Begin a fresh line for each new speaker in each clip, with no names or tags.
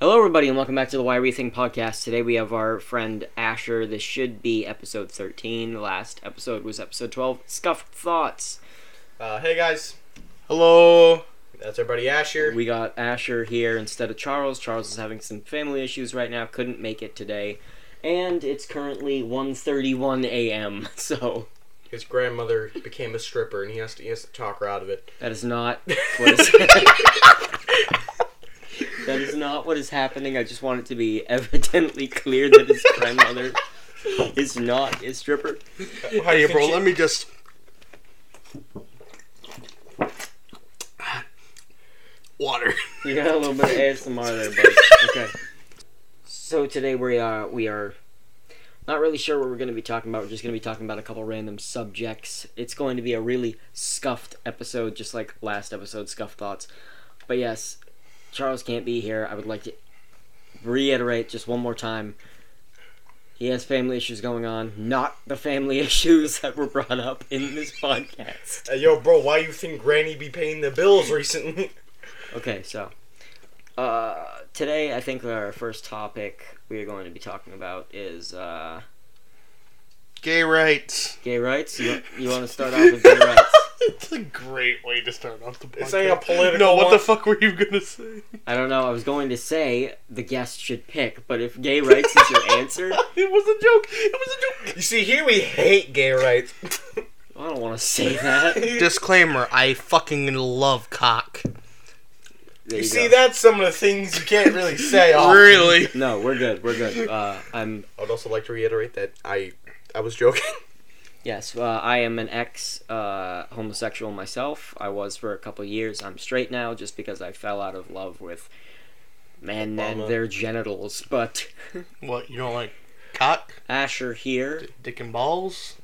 everybody, and welcome back to the Why Rethink podcast. Today we have our friend Asher. This should be episode 13. The last episode was episode 12, Scuffed Thoughts.
Uh, hey guys. Hello. That's our buddy Ash here.
We got Asher here instead of Charles. Charles is having some family issues right now, couldn't make it today. And it's currently 1.31 a.m., so
His grandmother became a stripper, and he has to he has to talk her out of it.
that is not what is That is not what is happening. I just want it to be evidently clear that his grandmother is not a stripper.
Hey, bro, let me just. Water.
You got a little bit of ASMR there, bud. Okay. So today we are we are not really sure what we're going to be talking about. We're just going to be talking about a couple random subjects. It's going to be a really scuffed episode, just like last episode, scuffed thoughts. But yes, Charles can't be here. I would like to reiterate just one more time. He has family issues going on, not the family issues that were brought up in this podcast.
Uh, yo, bro, why you think Granny be paying the bills recently?
Okay, so uh, today I think our first topic we are going to be talking about is uh,
Gay rights.
gay rights. You, you want to start off with gay rights?
It's a great way to start off the podcast.
It's like a political
No, what
one.
the fuck were you gonna say?
I don't know. I was going to say the guest should pick, but if gay rights is your answer,
It was a joke. It was a
you see, here we hate gay rights.
I don't want to say that. There
joke. Disclaimer: I fucking love cock.
you
you
see,
go.
that's some of the things you can't really say. often.
Really?
No, we're good. We're good. Uh, I'm
I'd also like to reiterate that I I was joking.
yes. Uh, I am an ex uh, homosexual myself. I was for a couple of years. I'm straight now, just because I fell out of love with men and
Obama.
their genitals. But
What? You don't like cock,
Asher here.
dick and balls?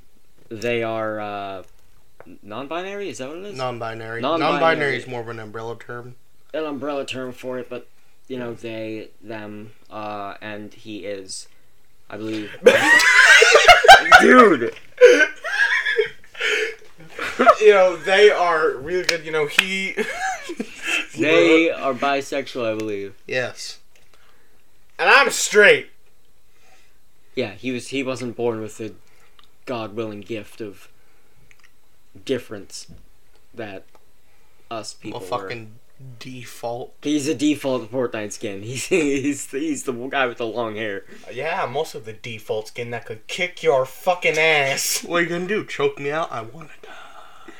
They are uh, non-binary. Is that what it is?
Non-binary.
Non-binary.
Non-binary is more of an umbrella term.
An umbrella term for it, but you know they, them, uh, and he is, I believe. Dude,
you know, they are really good. You know, he.
they are bisexual, I believe.
Yes.
and I'm straight.
Yeah, he was. He wasn't born with the God-willing gift of difference that us people
Well,
were.
fucking default.
He's a default Fortnite skin. He's he's he's the guy with the long hair.
Yeah, most of the default skin that could kick your fucking ass.
What are you gonna do? Choke me out? I want to die.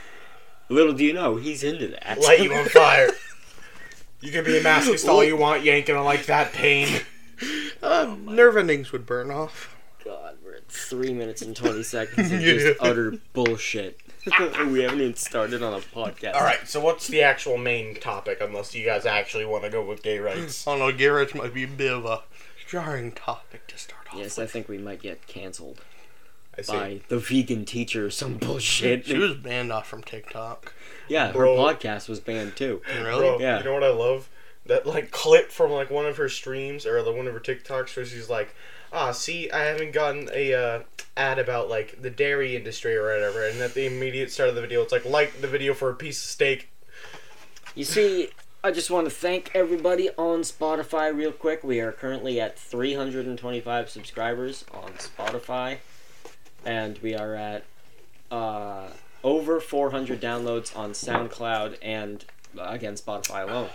Little do you know, he's into that.
light you on fire. You can be a masochist all you want, you ain't gonna like that pain.
Uh, nerve endings would burn off.
God, we're at three minutes and twenty seconds of
Yeah.
just utter bullshit. we haven't even started on a podcast.
All right, so what's the actual main topic? Unless you guys actually want to go with gay rights.
I don't know, garage might be a bit of a jarring topic to start off.
Yes, I think we might get canceled
I see.
by the vegan teacher or some bullshit.
She was banned off from TikTok.
yeah, her
Bro.
podcast was banned too.
Really?
Bro,
Yeah.
you know what I love? That like clip from like one of her streams or the one of her TikToks where she's like, "Ah, see, I haven't gotten a uh, ad about like the dairy industry or whatever," and at the immediate start of the video, it's like, "Like the video for a piece of steak."
You see, I just want to thank everybody on Spotify real quick. We are currently at 325 subscribers on Spotify, and we are at uh, over 400 downloads on SoundCloud and uh, again Spotify alone.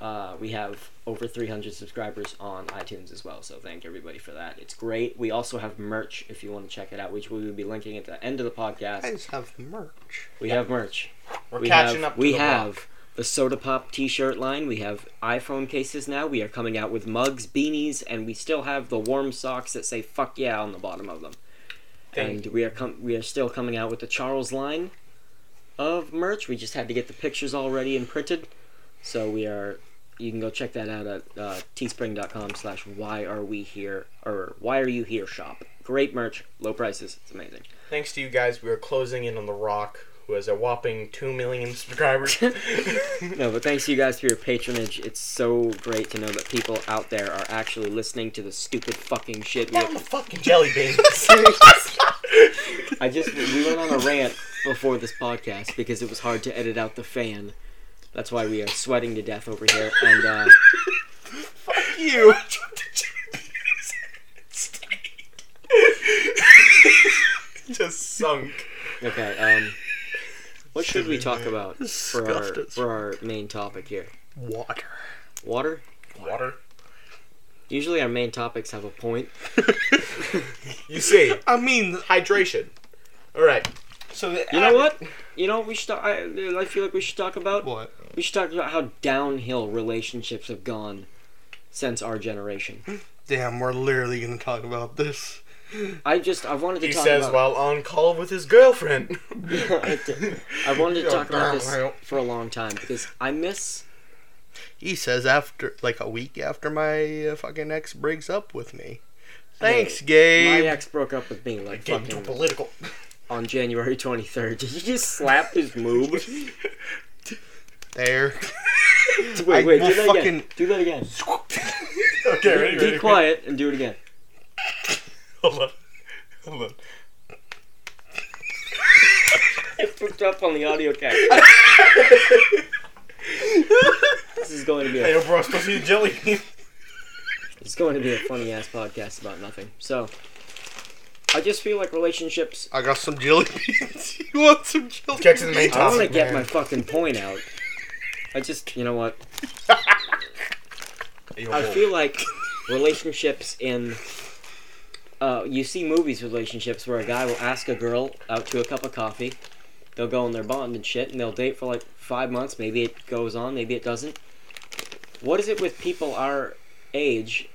Uh, we have over 300 subscribers on iTunes as well, so thank everybody for that. It's great. We also have merch if you want to check it out, which we will be linking at the end of the podcast.
Guys have merch.
We have merch
We're
we
catching
have,
up. To
we
the
have
rock.
the soda pop t-shirt line we have iphone cases now we are coming out with mugs beanies and we still have the warm socks that say fuck yeah on the bottom of them
Thank
and we are com- we are still coming out with the charles line of merch we just had to get the pictures all ready and printed so we are you can go check that out at uh, teespring.com slash why are we here or why are you here shop great merch low prices it's amazing
Thanks to you guys, we are closing in on The Rock, who has a whopping 2 million subscribers.
No, but thanks you guys for your patronage. It's so great to know that people out there are actually listening to the stupid fucking shit. We
I'm a fucking jelly bean.
I just we went on a rant before this podcast because it was hard to edit out the fan. That's why we are sweating to death over here. And uh,
you.
Just sunk.
Okay, um, what should we talk about for our,
Scuffed us.
for our main topic here?
Water.
Water.
Water.
Usually our main topics have a point.
You see,
I mean,
hydration. All right. So the
You know what? You know what we should. Talk, I, I feel like we should talk about.
what?
We should talk about how downhill relationships have gone since our generation.
Damn, we're literally gonna talk about this.
I just I wanted to
He
talk
says
about.
while on call with his girlfriend.
I did- I wanted to talk about this
Downhill.
for a long time because I miss.
He says after, like a week after my uh, fucking ex breaks up with me. Thanks,
My
Gabe.
ex broke up with me like
Getting too
fucking
political.
on January 23rd. Did you just slap his moob?
there.
Wait, wait,
I
do that
will
again. Do that again.
okay, ready,
Be
ready.
quiet and do it again.
Hold on. Hold on.
It picked up on the audio cat. this is going to be
Hey,
a,
yo, bro, I'm supposed to eat jelly.
it's going to be a funny ass podcast about nothing. So, I just feel like relationships.
I got some jelly beans. you want some jelly
Get to the main
beans?
I want to
Topic,
get
man.
my fucking point out. I just, you know what?
Hey, yo,
I
bro.
feel like relationships in. Uh, you see movies with relationships where a guy will ask a girl out to a cup of coffee. They'll go on their bond and shit, and they'll date for like five months. Maybe it goes on, maybe it doesn't. What is it with people our age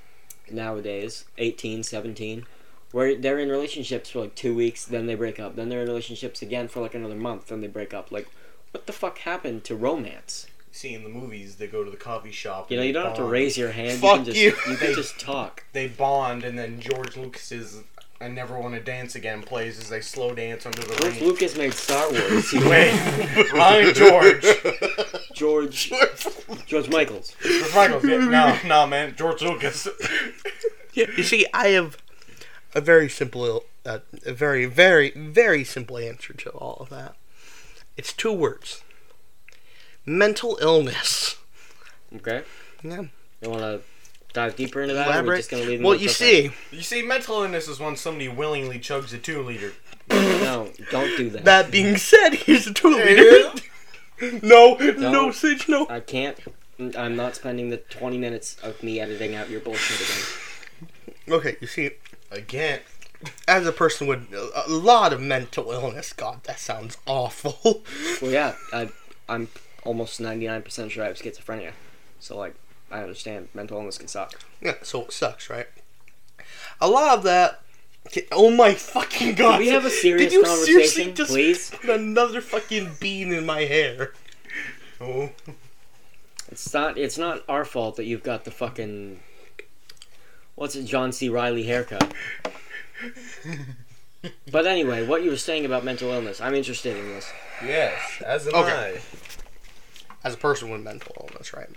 nowadays, 18, 17, where they're in relationships for like two weeks, then they break up, then they're in relationships again for like another month, then they break up? Like, what the fuck happened to romance?
See in the movies, they go to the coffee shop.
You know,
and
you
they
don't have to
bond.
raise your hand.
Fuck
you can just
you.
can just talk.
They bond, and then George Lucas's "I Never Want to Dance Again" plays as they slow dance under the
George
rain.
Lucas made Star Wars. He
Wait, Ryan George.
George George Michaels.
George Michael's yeah, No, no, man, George Lucas.
Yeah, you see, I have a very simple, uh, a very, very, very simple answer to all of that. It's two words: mental illness.
Okay.
Yeah.
You want to dive deeper into that? or We're
Elaborate.
just gonna leave. them
Well,
with
you
the-
see,
You see, mental illness is when somebody willingly chugs a two-liter.
No, don't do that.
that being said, here's a two liter. No, no,
Don't.
Sage, no.
I can't. I'm not spending the 20 minutes of me editing out your bullshit again.
Okay, you see,
Again,
as a person with a a lot of mental illness, God, that sounds awful.
Well, yeah, I, I'm almost 99% sure I have schizophrenia. So like, I understand mental illness can suck.
Yeah, so it sucks, right? A lot of that. Okay, Oh my fucking god!
Can we have a serious
Did you seriously
conversation,
just
please?
put another fucking bean in my hair?
oh,
It's not. It's not our fault that you've got the fucking. What's it, John C. Riley haircut? but anyway, what you were saying about mental illness, I'm interested in this.
yes, as am
Okay. As a person with mental illness, right?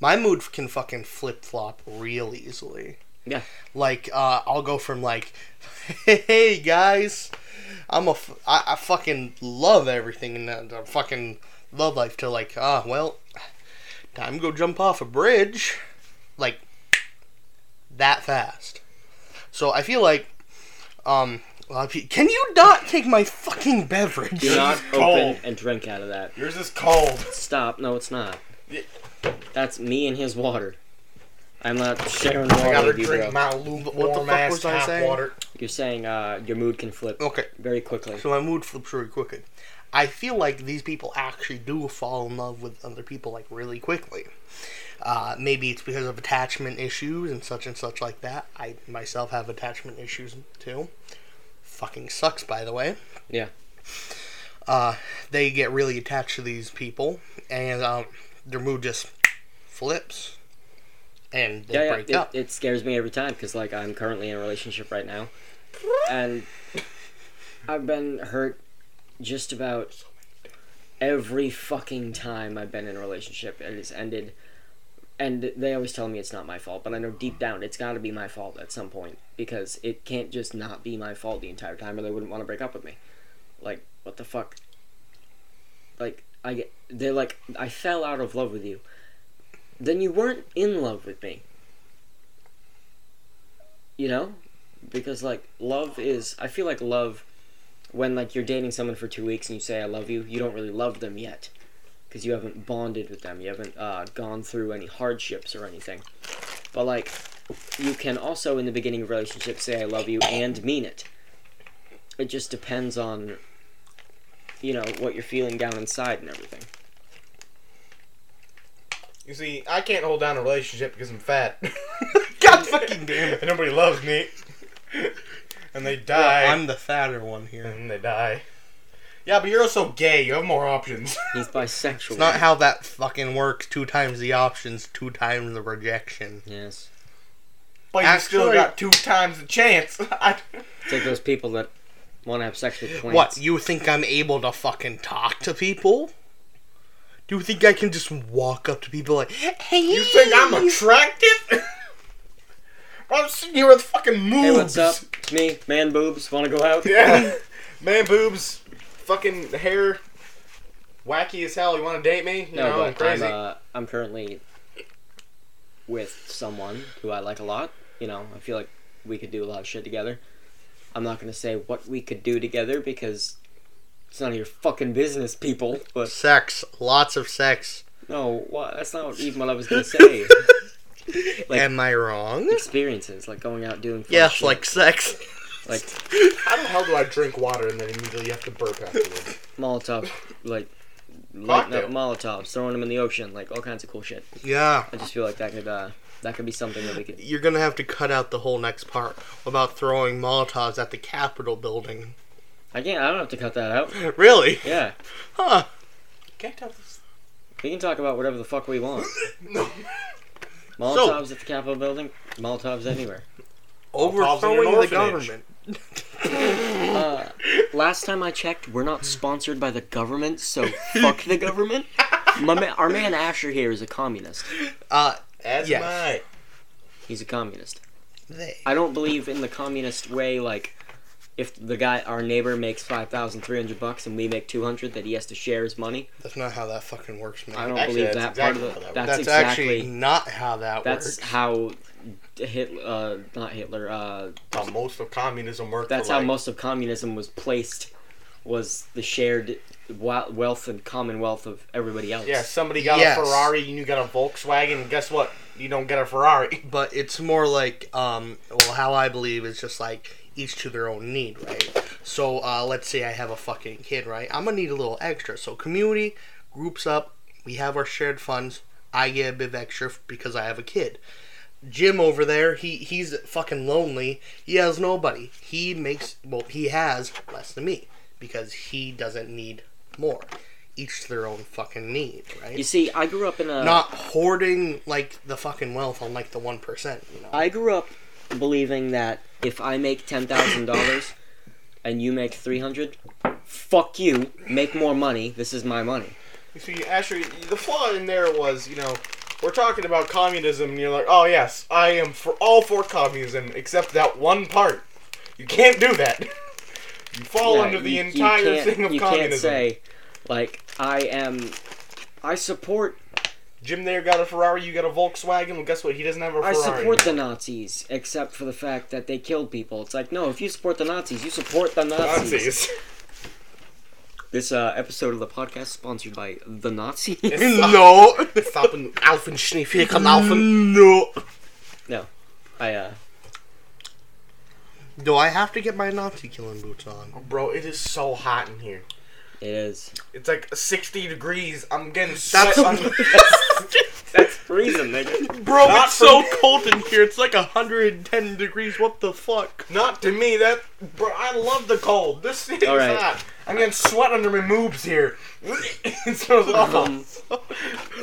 My mood can fucking flip flop real easily.
Yeah.
Like, uh, I'll go from like, hey guys, I'm a, f- I, I fucking love everything and uh, the fucking love life to like, ah, well, time to go jump off a bridge, like that fast. So I feel like, um, a lot of pe- can you not take my fucking beverage?
Do not open
Cold.
and drink out of that.
I. Yours is cold.
Stop. No, it's not.
Yeah.
That's me and his water. I'm not sharing water
I gotta
with you,
drink
bro.
my lube
What the fuck
warm ass
was I
tap
saying?
water.
You're saying uh, your mood can flip
Okay.
very quickly.
So my mood flips really quickly. I feel like these people actually do fall in love with other people like really quickly. Uh, maybe it's because of attachment issues and such and such like that. I myself have attachment issues too. Fucking sucks, by the way.
Yeah.
Uh, they get really attached to these people, and um, their mood just flips, and they
Yeah, yeah,
break
it-
up.
It, scares me every time because like I'm currently in a relationship right now, and I've been hurt just about every fucking time I've been in a relationship. It has ended, and they always tell me it's not my fault, but I know deep down it's got to be my fault at some point because it can't just not be my fault the entire time, or they wouldn't want to break up with me. Like what the fuck? Like I get, they're like I fell out of love with you. Then you weren't in love with me you know because like love is i feel like love when like you're dating someone for two weeks and you say i love you you don't really love them yet because you haven't bonded with them you haven't uh, gone through any hardships or anything but like you can also in the beginning of a relationship say i love you and mean it it just depends on you know what you're feeling down inside and everything
You see, I can't hold down a relationship because I'm fat.
God fucking damn it.
And nobody loves me. and they die.
Well, I'm the fatter one here.
and they die. Yeah, but you're also gay. You have more options.
he's bisexual
It's not how that fucking works. Two times the options, two times the rejection.
yes
but you still
Actually-
got two times the chance. I,
it's like those people that want to have sex with plants
What, you think I'm able to fucking talk to people? Do you think I can just walk up to people like, hey,
you think I'm attractive? I'm sitting here with fucking moves.
hey what's up it's me man boobs want to go out
Yeah. Man boobs, fucking hair, wacky as hell. You want to date me? You
No,
know, I'm
but I'm,
crazy.
uh, I'm currently with someone who I like a lot. You know, I feel like we could do a lot of shit together. I'm not gonna say what we could do together because it's none of your fucking business, people. But
Sex, lots of sex.
no, what, that's not even what I was gonna say. Like-
Am I wrong?
Experiences like going out doing fun
Yes,
shit.
like sex.
like
How the hell do I drink water and then immediately have to burp afterwards?
Molotov, like lighting up
Cocktail.
Molotovs, throwing them in the ocean, like all kinds of cool shit.
Yeah.
I just feel like that could uh, that could be something that we could.
You're gonna have to cut out the whole next part about throwing Molotovs at the Capitol building.
I can't. I don't have to cut that out.
Really?
Yeah,
Huh.
Can I tell this?
we can talk about whatever the fuck we want.
No.
Molotovs at the Capitol building. Molotovs anywhere.
Molotovs in
Overthrowing
an
the government.
Uh, last time I checked, we're not sponsored by the government, so fuck the government. My ma- our man Asher here is a communist.
Uh,
As
Yes.
my.
He's a communist.
they.
I don't believe in the communist way. Like, if the guy, our neighbor, makes five thousand three hundred bucks and we make two hundred, that he has to share his money.
That's not how that fucking works, man.
I don't
Actually,
believe that
that's exactly
part
how
of the.
that works.
That's,
that's
exactly.
actually not how that
that's
works.
how Hitler, uh, not Hitler, uh,
How most of communism worked.
That's
for,
how
like,
most of communism was placed, was the shared wa- wealth and commonwealth of everybody else.
Yeah, somebody got
Yes.
a Ferrari and you got a Volkswagen. And guess what? You don't get a Ferrari.
But it's more like, um, well, how I believe is just like each to their own need, right? So, uh, let's say I have a fucking kid, right? I'm gonna need a little extra. So, community groups up, we have our shared funds. I get a bit of extra because I have a kid. Jim over there, he he's fucking lonely. He has nobody. He makes well, he has less than me because he doesn't need more. Each to their own fucking need, right?
You see, I grew up in a.
Not hoarding like the fucking wealth on like the one percent, you know.
I grew up believing that if I make ten thousand dollars, and you make three hundred, fuck you, make more money. This is my money.
You see, actually, the flaw in there was, you know, we're talking about communism, and you're like, oh yes, I am for all for communism except that one part. You can't do that. You fall
Yeah,
under the
you- you
entire
can't-
thing of
you
communism.
can't say, like, I am. I support.
Jim there got a Ferrari, you got a Volkswagen. Well, guess what? He doesn't have a
I
Ferrari.
support the
anymore.
Nazis, except for the fact that they killed people. It's like, no, if you support the Nazis, you support the Nazis.
Nazis.
This uh, episode of the podcast is sponsored by the Nazi.
no.
Stopping Alfenschneefig
Mm. No.
no, I uh,
Do I have to get my Nazi killing boots on?
Bro, it is so hot in here.
it is.
It's like 60 degrees. I'm getting
That's-
sweat on
That's freezing, nigga.
Bro,
Not for me.
cold in here. It's like 110 degrees. What the fuck?
Not to me. That bro, I love the cold. This is
All right.
hot. I'm getting sweat under my moobs here. it smells awful.
Um,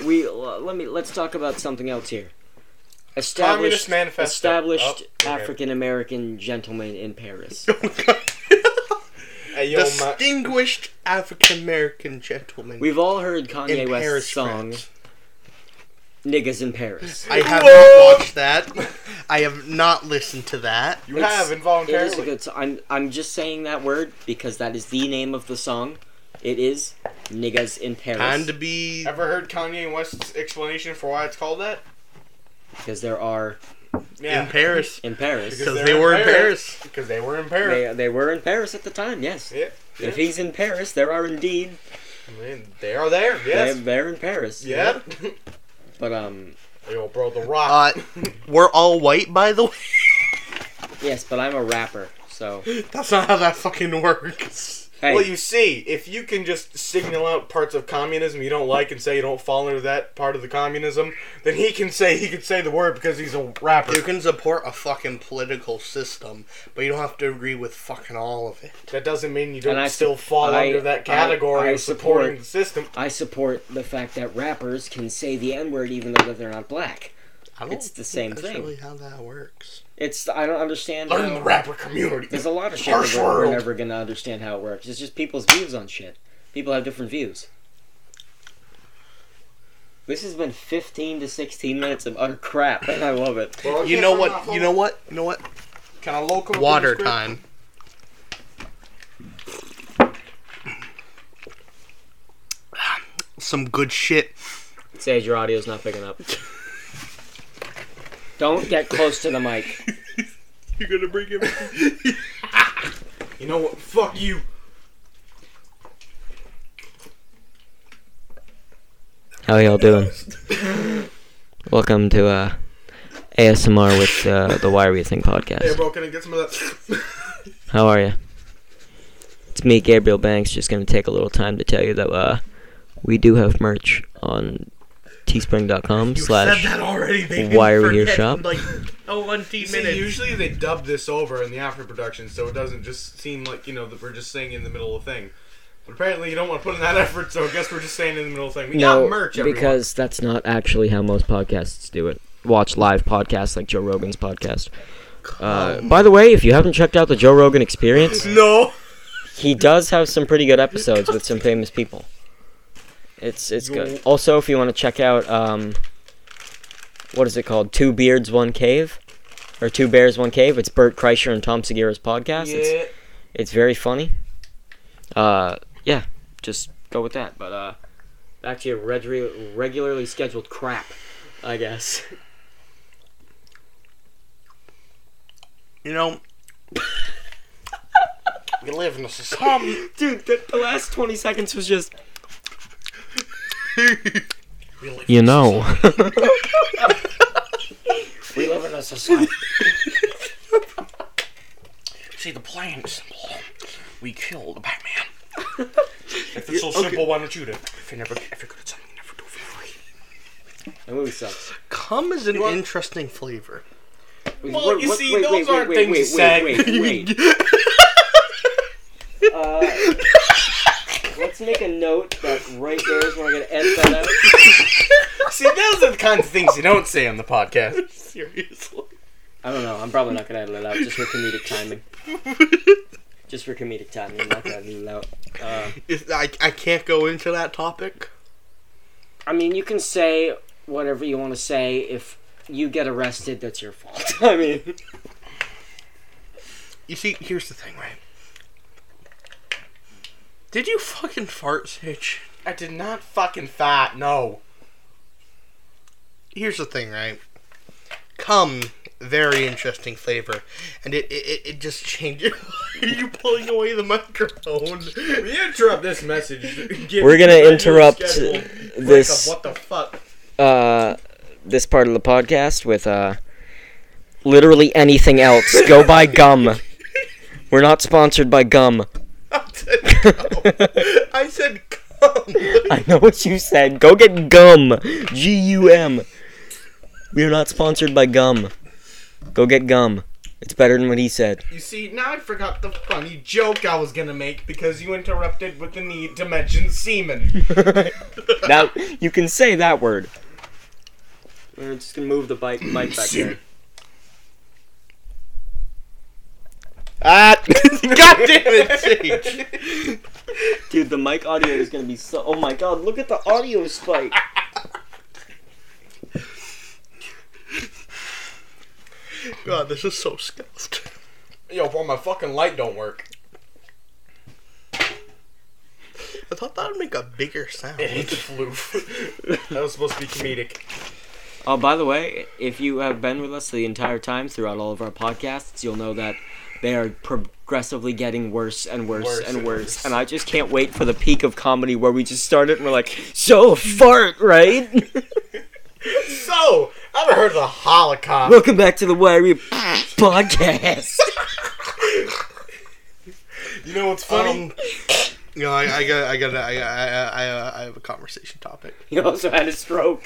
we l- let me let's talk about something else here.
Communist
Established,
Manifesto.
established
Oh, okay.
African American gentleman in Paris.
Hey, yo, my,
Distinguished African American gentleman.
We've all heard Kanye
in
West's
Paris,
song
France.
"Niggas in Paris."
I have
Whoa.
not watched that. I have not listened to that.
you
it's-
have
It is a
involuntarily.
good. So- I'm I'm just saying that word because that is the name of the song. It is "Niggas in
And
Paris"
to be
Ever heard Kanye West's explanation for why it's called that?
because there are
Yeah.
in Paris
in Paris.
Because
because
they're
they
in
were in
Paris.
Paris.
Because they were in Paris.
They, they were in Paris at the time, yes.
Yeah. yeah.
If he's in Paris, there are indeed
I mean, they are there.
they're,
Yes.
they're in Paris.
Yep.
But um,
Yo, bro, the Rock.
Uh, we're all white, by the way.
yes, but I'm a rapper, so
That's not how that fucking works.
hey,
Well, you see, if you can just signal out parts of communism you don't like and say you don't fall into that part of the communism, then he can say he can say the word because he's a rapper.
You can support a fucking political system, but you don't have to agree with fucking all of it.
That doesn't mean you don't
And I
still
sup-
fall
I-
under that
I-
category
I
of supporting
support-
the system.
I support the fact that rappers can say the N word even though they're not black.
I
It's the same
that's
thing.
really how that works.
It's I don't understand.
Learn
how-
the rapper community.
There's a lot of shit
Harsh
that we're, we're
world.
never gonna understand how it works. It's just people's views on shit. People have different views. This has been 15 to 16 minutes of utter crap, and I love it.
Well,
You
yeah,
know
fair
what?
enough.
You know what? You know what?
Can I local
Water time. Some good shit.
Sage, your audio's not picking up. Don't get close to the mic.
You're gonna bring him.
You know what? Fuck you.
How y'all doing? Welcome to uh, ASMR with uh, the Why Are We Thing
Hey,
podcast.
bro, can I get some of that?
How are you? It's me, Gabriel Banks. Just gonna take a little time to tell you that uh, we do have merch on teespring.com
You
slash.
said that already. They
Why
didn't
are we here,
forget
shop?
in, Like, oh, one T
See,
minutes.
usually they dub this over in the after production, so it doesn't just seem like you know that we're just saying in the middle of the thing. But apparently, you don't want to put in that effort, so I guess we're just saying in the middle of the thing. We
No,
got merch, everyone.
because that's not actually how most podcasts do it. Watch live podcasts like Joe Rogan's podcast. Uh, by the way, if you haven't checked out the Joe Rogan Experience,
no.
he does have some pretty good episodes with some famous people. It's it's good. Also, if you want to check out um, what is it called? Two Beards, One Cave, or Two Bears, One Cave. It's Bert Kreischer and Tom Segura's podcast. It's
yeah,
it's very funny. Uh, yeah, just go with that. But uh, back to your regu- regularly scheduled crap, I guess.
You know. we live in a society.
Dude, the, the last twenty seconds was just. You know.
we live in a society.
See, the plan is simple. We killed Batman.
if it's so simple, why don't you do? it?
If you're never, if you're good at something, you never do it for free.
That movie sucks.
Cum is an interesting flavor.
Well, you see, those aren't things you said.
wait. Uh, let's make a note that right there is where I'm gonna end that out.
See, those are the kinds of things you don't say on the podcast.
Seriously.
I don't know. I'm probably not gonna edit it out just for comedic timing. Just for comedic timing, I'm not gonna edit it out. Uh,
If- I, I can't go into that topic.
I mean, you can say whatever you want to say. If you get arrested, that's your fault. I mean,
You see, here's the thing, right? Did you fucking fart, Sitch?
I did not fucking fat. No.
Here's the thing, right? Cum, very interesting flavor. And it, it, it- it just changes. Why are you pulling away the microphone?
We interrupt this message. Get
We're gonna
regular
interrupt
schedule.
this-
Break up, What the fuck?
uh, this part of the podcast with uh, literally anything else. Go buy gum. We're not sponsored by gum.
I said cum. I said cum.
I know what you said. Go get gum. G U M. We are not sponsored by gum. Go get gum. It's better than what he said.
You see, now I forgot the funny joke I was gonna make because you interrupted with the need to mention semen.
Now you can say that word. We're just gonna move the bike mic back there.
Ah! God damn it, Sage!
Dude, the mic audio is gonna be so. Oh my god, look at the audio spike.
God, this is so scuffed.
Yo, bro, my fucking light don't work.
I thought that would make a bigger sound.
It's floof. that was supposed to be comedic.
Oh, by the way, if you have been with us the entire time throughout all of our podcasts, you'll know that they are progressively getting worse and worse,
Worse
and
and
worse.
worse.
And I just can't wait for the peak of comedy where we just started and we're like, so fart, right?
So, I've heard of the Holocaust.
Welcome back to the Wiry podcast.
You know what's funny?
Um, you know, I, I got, I got, I, I, I, I, I have a conversation topic.
He also had a stroke.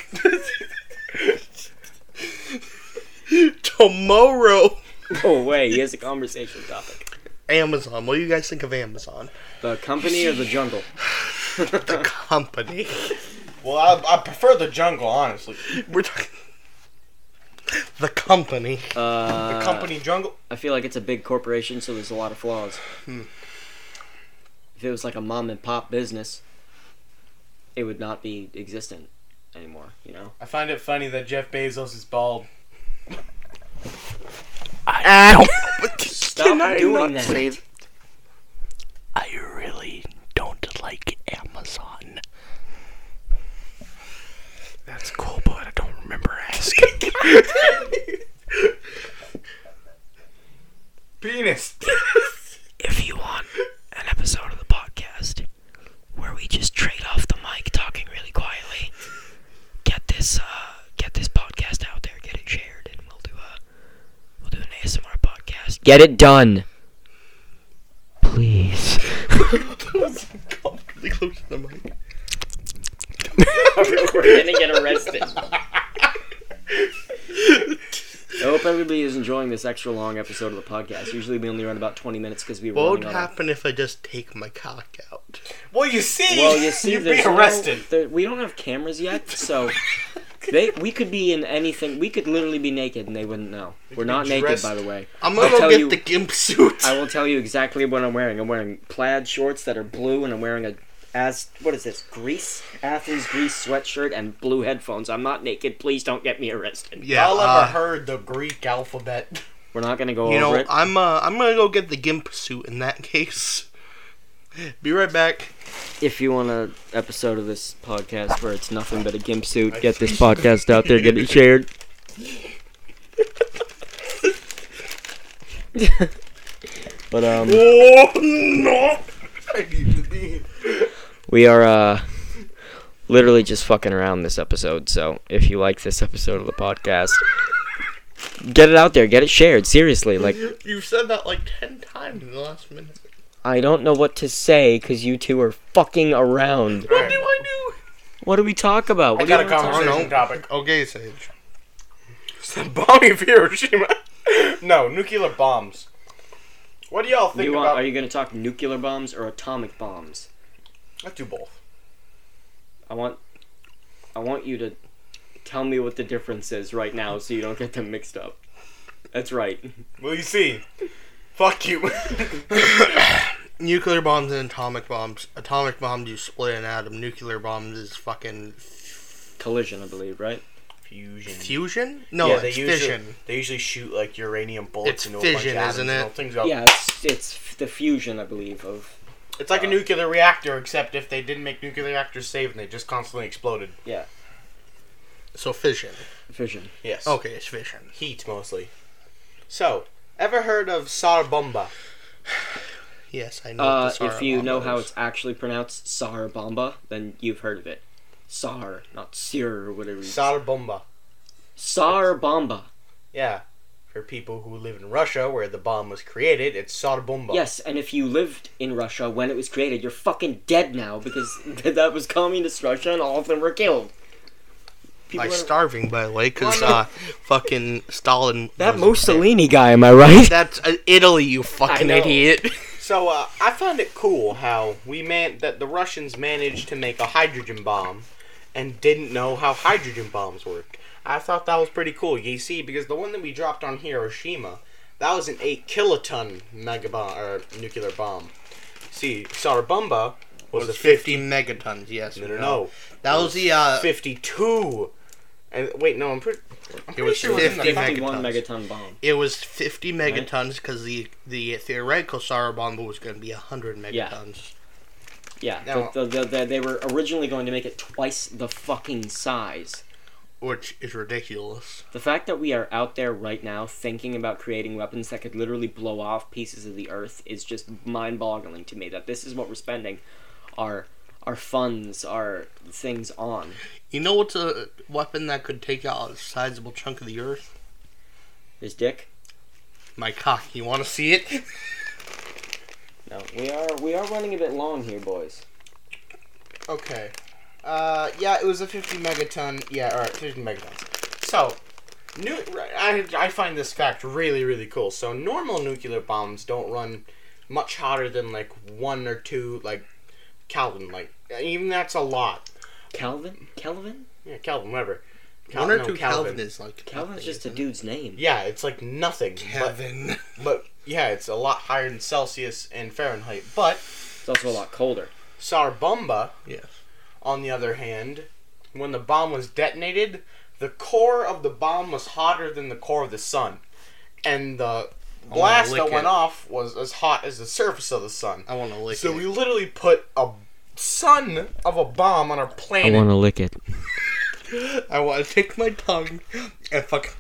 Tomorrow,
Oh, wait, he has a conversation topic.
Amazon. What do you guys think of Amazon?
The company or the jungle?
The company.
well, I, I prefer the jungle, honestly.
We're talking. The company.
Uh,
The company jungle.
I feel like it's a big corporation, so there's a lot of flaws. If it was like a mom and pop business, it would not be existent anymore. You know.
I find it funny that Jeff Bezos is bald.
Ah,
Stop doing that.
I really don't like Amazon. That's cool, but I don't remember asking.
Penis.
if you want an episode of the podcast where we just trade off the mic talking really quietly, get this uh, get this podcast out there, get it shared, and we'll do a we'll do an ASMR podcast.
Get it done.
Please.
Really close to the mic.
We're gonna get arrested. I hope everybody is enjoying this extra long episode of the podcast. Usually we only run about 20 minutes because we were
What would
running on a-
happen if I just take my cock out?
Well, you see,
Well, you see,
you'd
there's
be
no-
arrested.
there- we don't have cameras yet, so they we could be in anything. We could literally be naked, and they wouldn't know. We're
could
not
be
naked,
dressed-
by the way.
I'm gonna
I'll tell
go get
you-
the gimp suit.
I will tell you exactly what I'm wearing. I'm wearing plaid shorts that are blue, and I'm wearing a as what is this grease athlete's grease sweatshirt and blue headphones. I'm not naked. Please don't get me arrested.
yeah,
I'll
uh,
ever heard the Greek alphabet.
We're not gonna go
you
over
know,
it.
I'm uh, I'm gonna go get the gimp suit in that case. Be right back.
If you want an episode of this podcast where it's nothing but a gimp suit, get this podcast out there. Get it shared. but um.
Oh no! I need to be.
We are uh literally just fucking around this episode, so if you like this episode of the podcast, get it out there, get it shared, seriously. Like
You've said that like ten times in the last minute.
I don't know what to say cuz you two are fucking around.
What do I do?
What do we talk about? What
I
do you
got a
wanna talk-
conversation topic.
Okay, Sage.
It's the bombing of Hiroshima. no, nuclear bombs. What do y'all
Do
think
you want,
about?
are you going to talk nuclear bombs or atomic bombs?
Let's do both.
I want I want you to tell me what the difference is right now so you don't get them mixed up. That's right.
Well, you see, fuck you.
Nuclear bombs and atomic bombs. Atomic bombs, you split an atom. Nuclear bombs is fucking
Collision, I believe, right?
Fusion.
fusion. No,
yeah, they
it's
usually
fission.
they usually shoot like uranium bullets
It's
into
fission,
a bunch of atoms and
isn't it?
all things up.
Yeah, it's it's the fusion, I believe, of
It's like a nuclear reactor, except if they didn't make nuclear reactors safe and they just constantly exploded.
yeah,
So fission.
fusion.
Yes.
Okay, it's fission.
Oh, Heat mostly. So, ever heard of Tsar Bomba?
Yes, I know.
Uh,
what the
if you
Tsar
know
bomb
how
is.
it's actually pronounced, Sar Bomba, then you've heard of it. Sar, not Sir or whatever. you-
Tsar Bomba.
Sar Bomba.
Yeah. For people who live in Russia, where the bomb was created, it's Tsar Bomba.
Yes, and if you lived in Russia when it was created, you're fucking dead now because that was communist Russia and all of them were killed. People
by
are-
starving, by the way, because uh, fucking Stalin.
that
was-
Mussolini guy, am I right?
That's uh, Italy, you fucking
know.
idiot.
So uh, I found it cool how we man that the Russians managed to make a hydrogen bomb, and didn't know how hydrogen bombs work. I thought that was pretty cool. You see, because the one that we dropped on Hiroshima, that was an eight kiloton mega bomb or nuclear bomb. See, Sarabumba was, a fifty.
Fifty megatons. Yes.
No, no, no,
That was the uh.
fifty-two. And wait, no, I'm pretty. I'm pretty
was
sure it was in the
50
back.
Fifty-one megaton bomb.
It was fifty megatons because the the theoretical Tsar bomb was going to be hundred
Yeah.
megatons.
Yeah,
Now-
the, the, the, the, they were originally going to make it twice the fucking size.
which is ridiculous.
The fact that we are out there right now thinking about creating weapons that could literally blow off pieces of the earth is just mind-boggling to me. That this is what we're spending our our funds, our things on.
You know what's a weapon that could take out a sizable chunk of the earth?
Is dick?
My cock. You want to see it?
No, we are we are running a bit long here, boys.
Okay. Uh, yeah, it was a 50 megaton. Yeah, all right, 50 megatons. So, nu- I, I find this fact really, really cool. So, normal nuclear bombs don't run much hotter than like one or two, like Kelvin. Like, even that's a lot.
Calvin? Kelvin?
Yeah, Kelvin, whatever.
One
Kel-
or
no,
two Calvin is like
Calvin's
nothing,
just a
isn't it?
dude's name.
Yeah, it's like nothing. But,
Kevin.
but yeah, it's a lot higher than Celsius and Fahrenheit. But
It's also a lot colder.
Sarbumba,
yes.
on the other hand, when the bomb was detonated, the core of the bomb was hotter than the core of the sun, and the blast
lick
that went
it.
off was as hot as the surface of the sun.
I want to lick
So
it.
we literally put a sun of a bomb on our planet.
to lick it.
I want to take my tongue and fuck.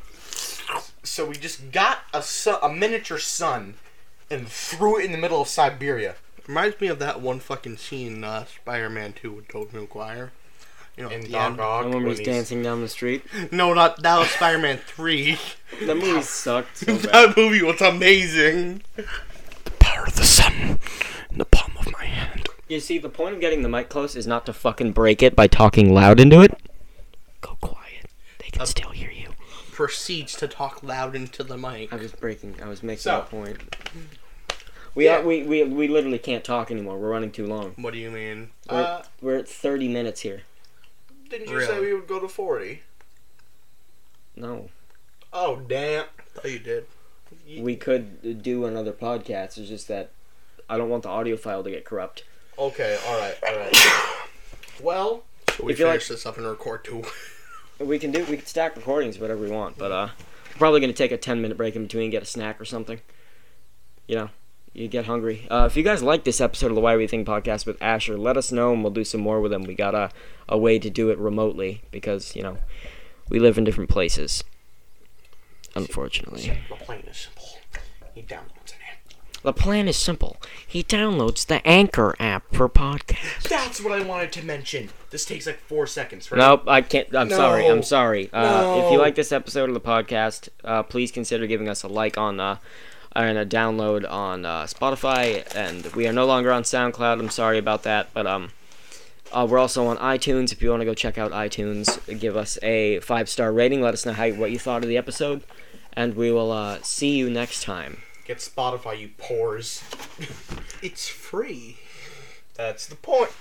So we just got a su- a miniature sun and threw it in the middle of Siberia.
Reminds me of that one fucking scene in uh, Spider-Man 2 with Tobey Maguire. You know, at
And
the
Doc
end-
Ock,
That one
when
was
he's-
dancing down the street.
No, not that was Spider-Man 3.
That movie sucked so bad.
that movie was amazing.
Power of the sun in the palm of my hand.
You see, the point of getting the mic close is not to fucking break it by talking loud into it.
Go quiet. They can still hear you.
Proceeds to talk loud into the mic.
I was breaking. I was making
So-
a point. We
Yeah.
are we, we we literally can't talk anymore. We're running too long.
What do you mean?
We're,
Uh,
we're at thirty minutes here.
didn't you say
Really?
we would go to forty?
No,
Oh damn!
I thought you did.
we could do another podcast. It's just that I don't want the audio file to get corrupt.
Okay, all right, all right. well,
So we
If you like-
finish this up and record two.
We can do we can stack recordings whatever we want, but uh, we're probably gonna take a ten minute break in between, get a snack or something. You know, you get hungry. Uh, if you guys like this episode of the Why We Think podcast with Asher, let us know and we'll do some more with him. We got a a way to do it remotely because you know we live in different places. Unfortunately,
the plane is simple. He downloads an app.
The plan is simple. He downloads the Anchor app for podcasts.
That's what I wanted to mention. This takes like four seconds, right?
Nope, I can't. I'm sorry.
No.
I'm sorry. Uh, If you
No.
like this episode of the podcast, uh, please consider giving us a like on uh, and a download on uh, Spotify. And we are no longer on SoundCloud. I'm sorry about that, but um, uh, we're also on iTunes. If you want to go check out iTunes, give us a five star rating. Let us know how what you thought of the episode, and we will uh, see you next time.
Get Spotify, you pores.
It's free.
That's the point.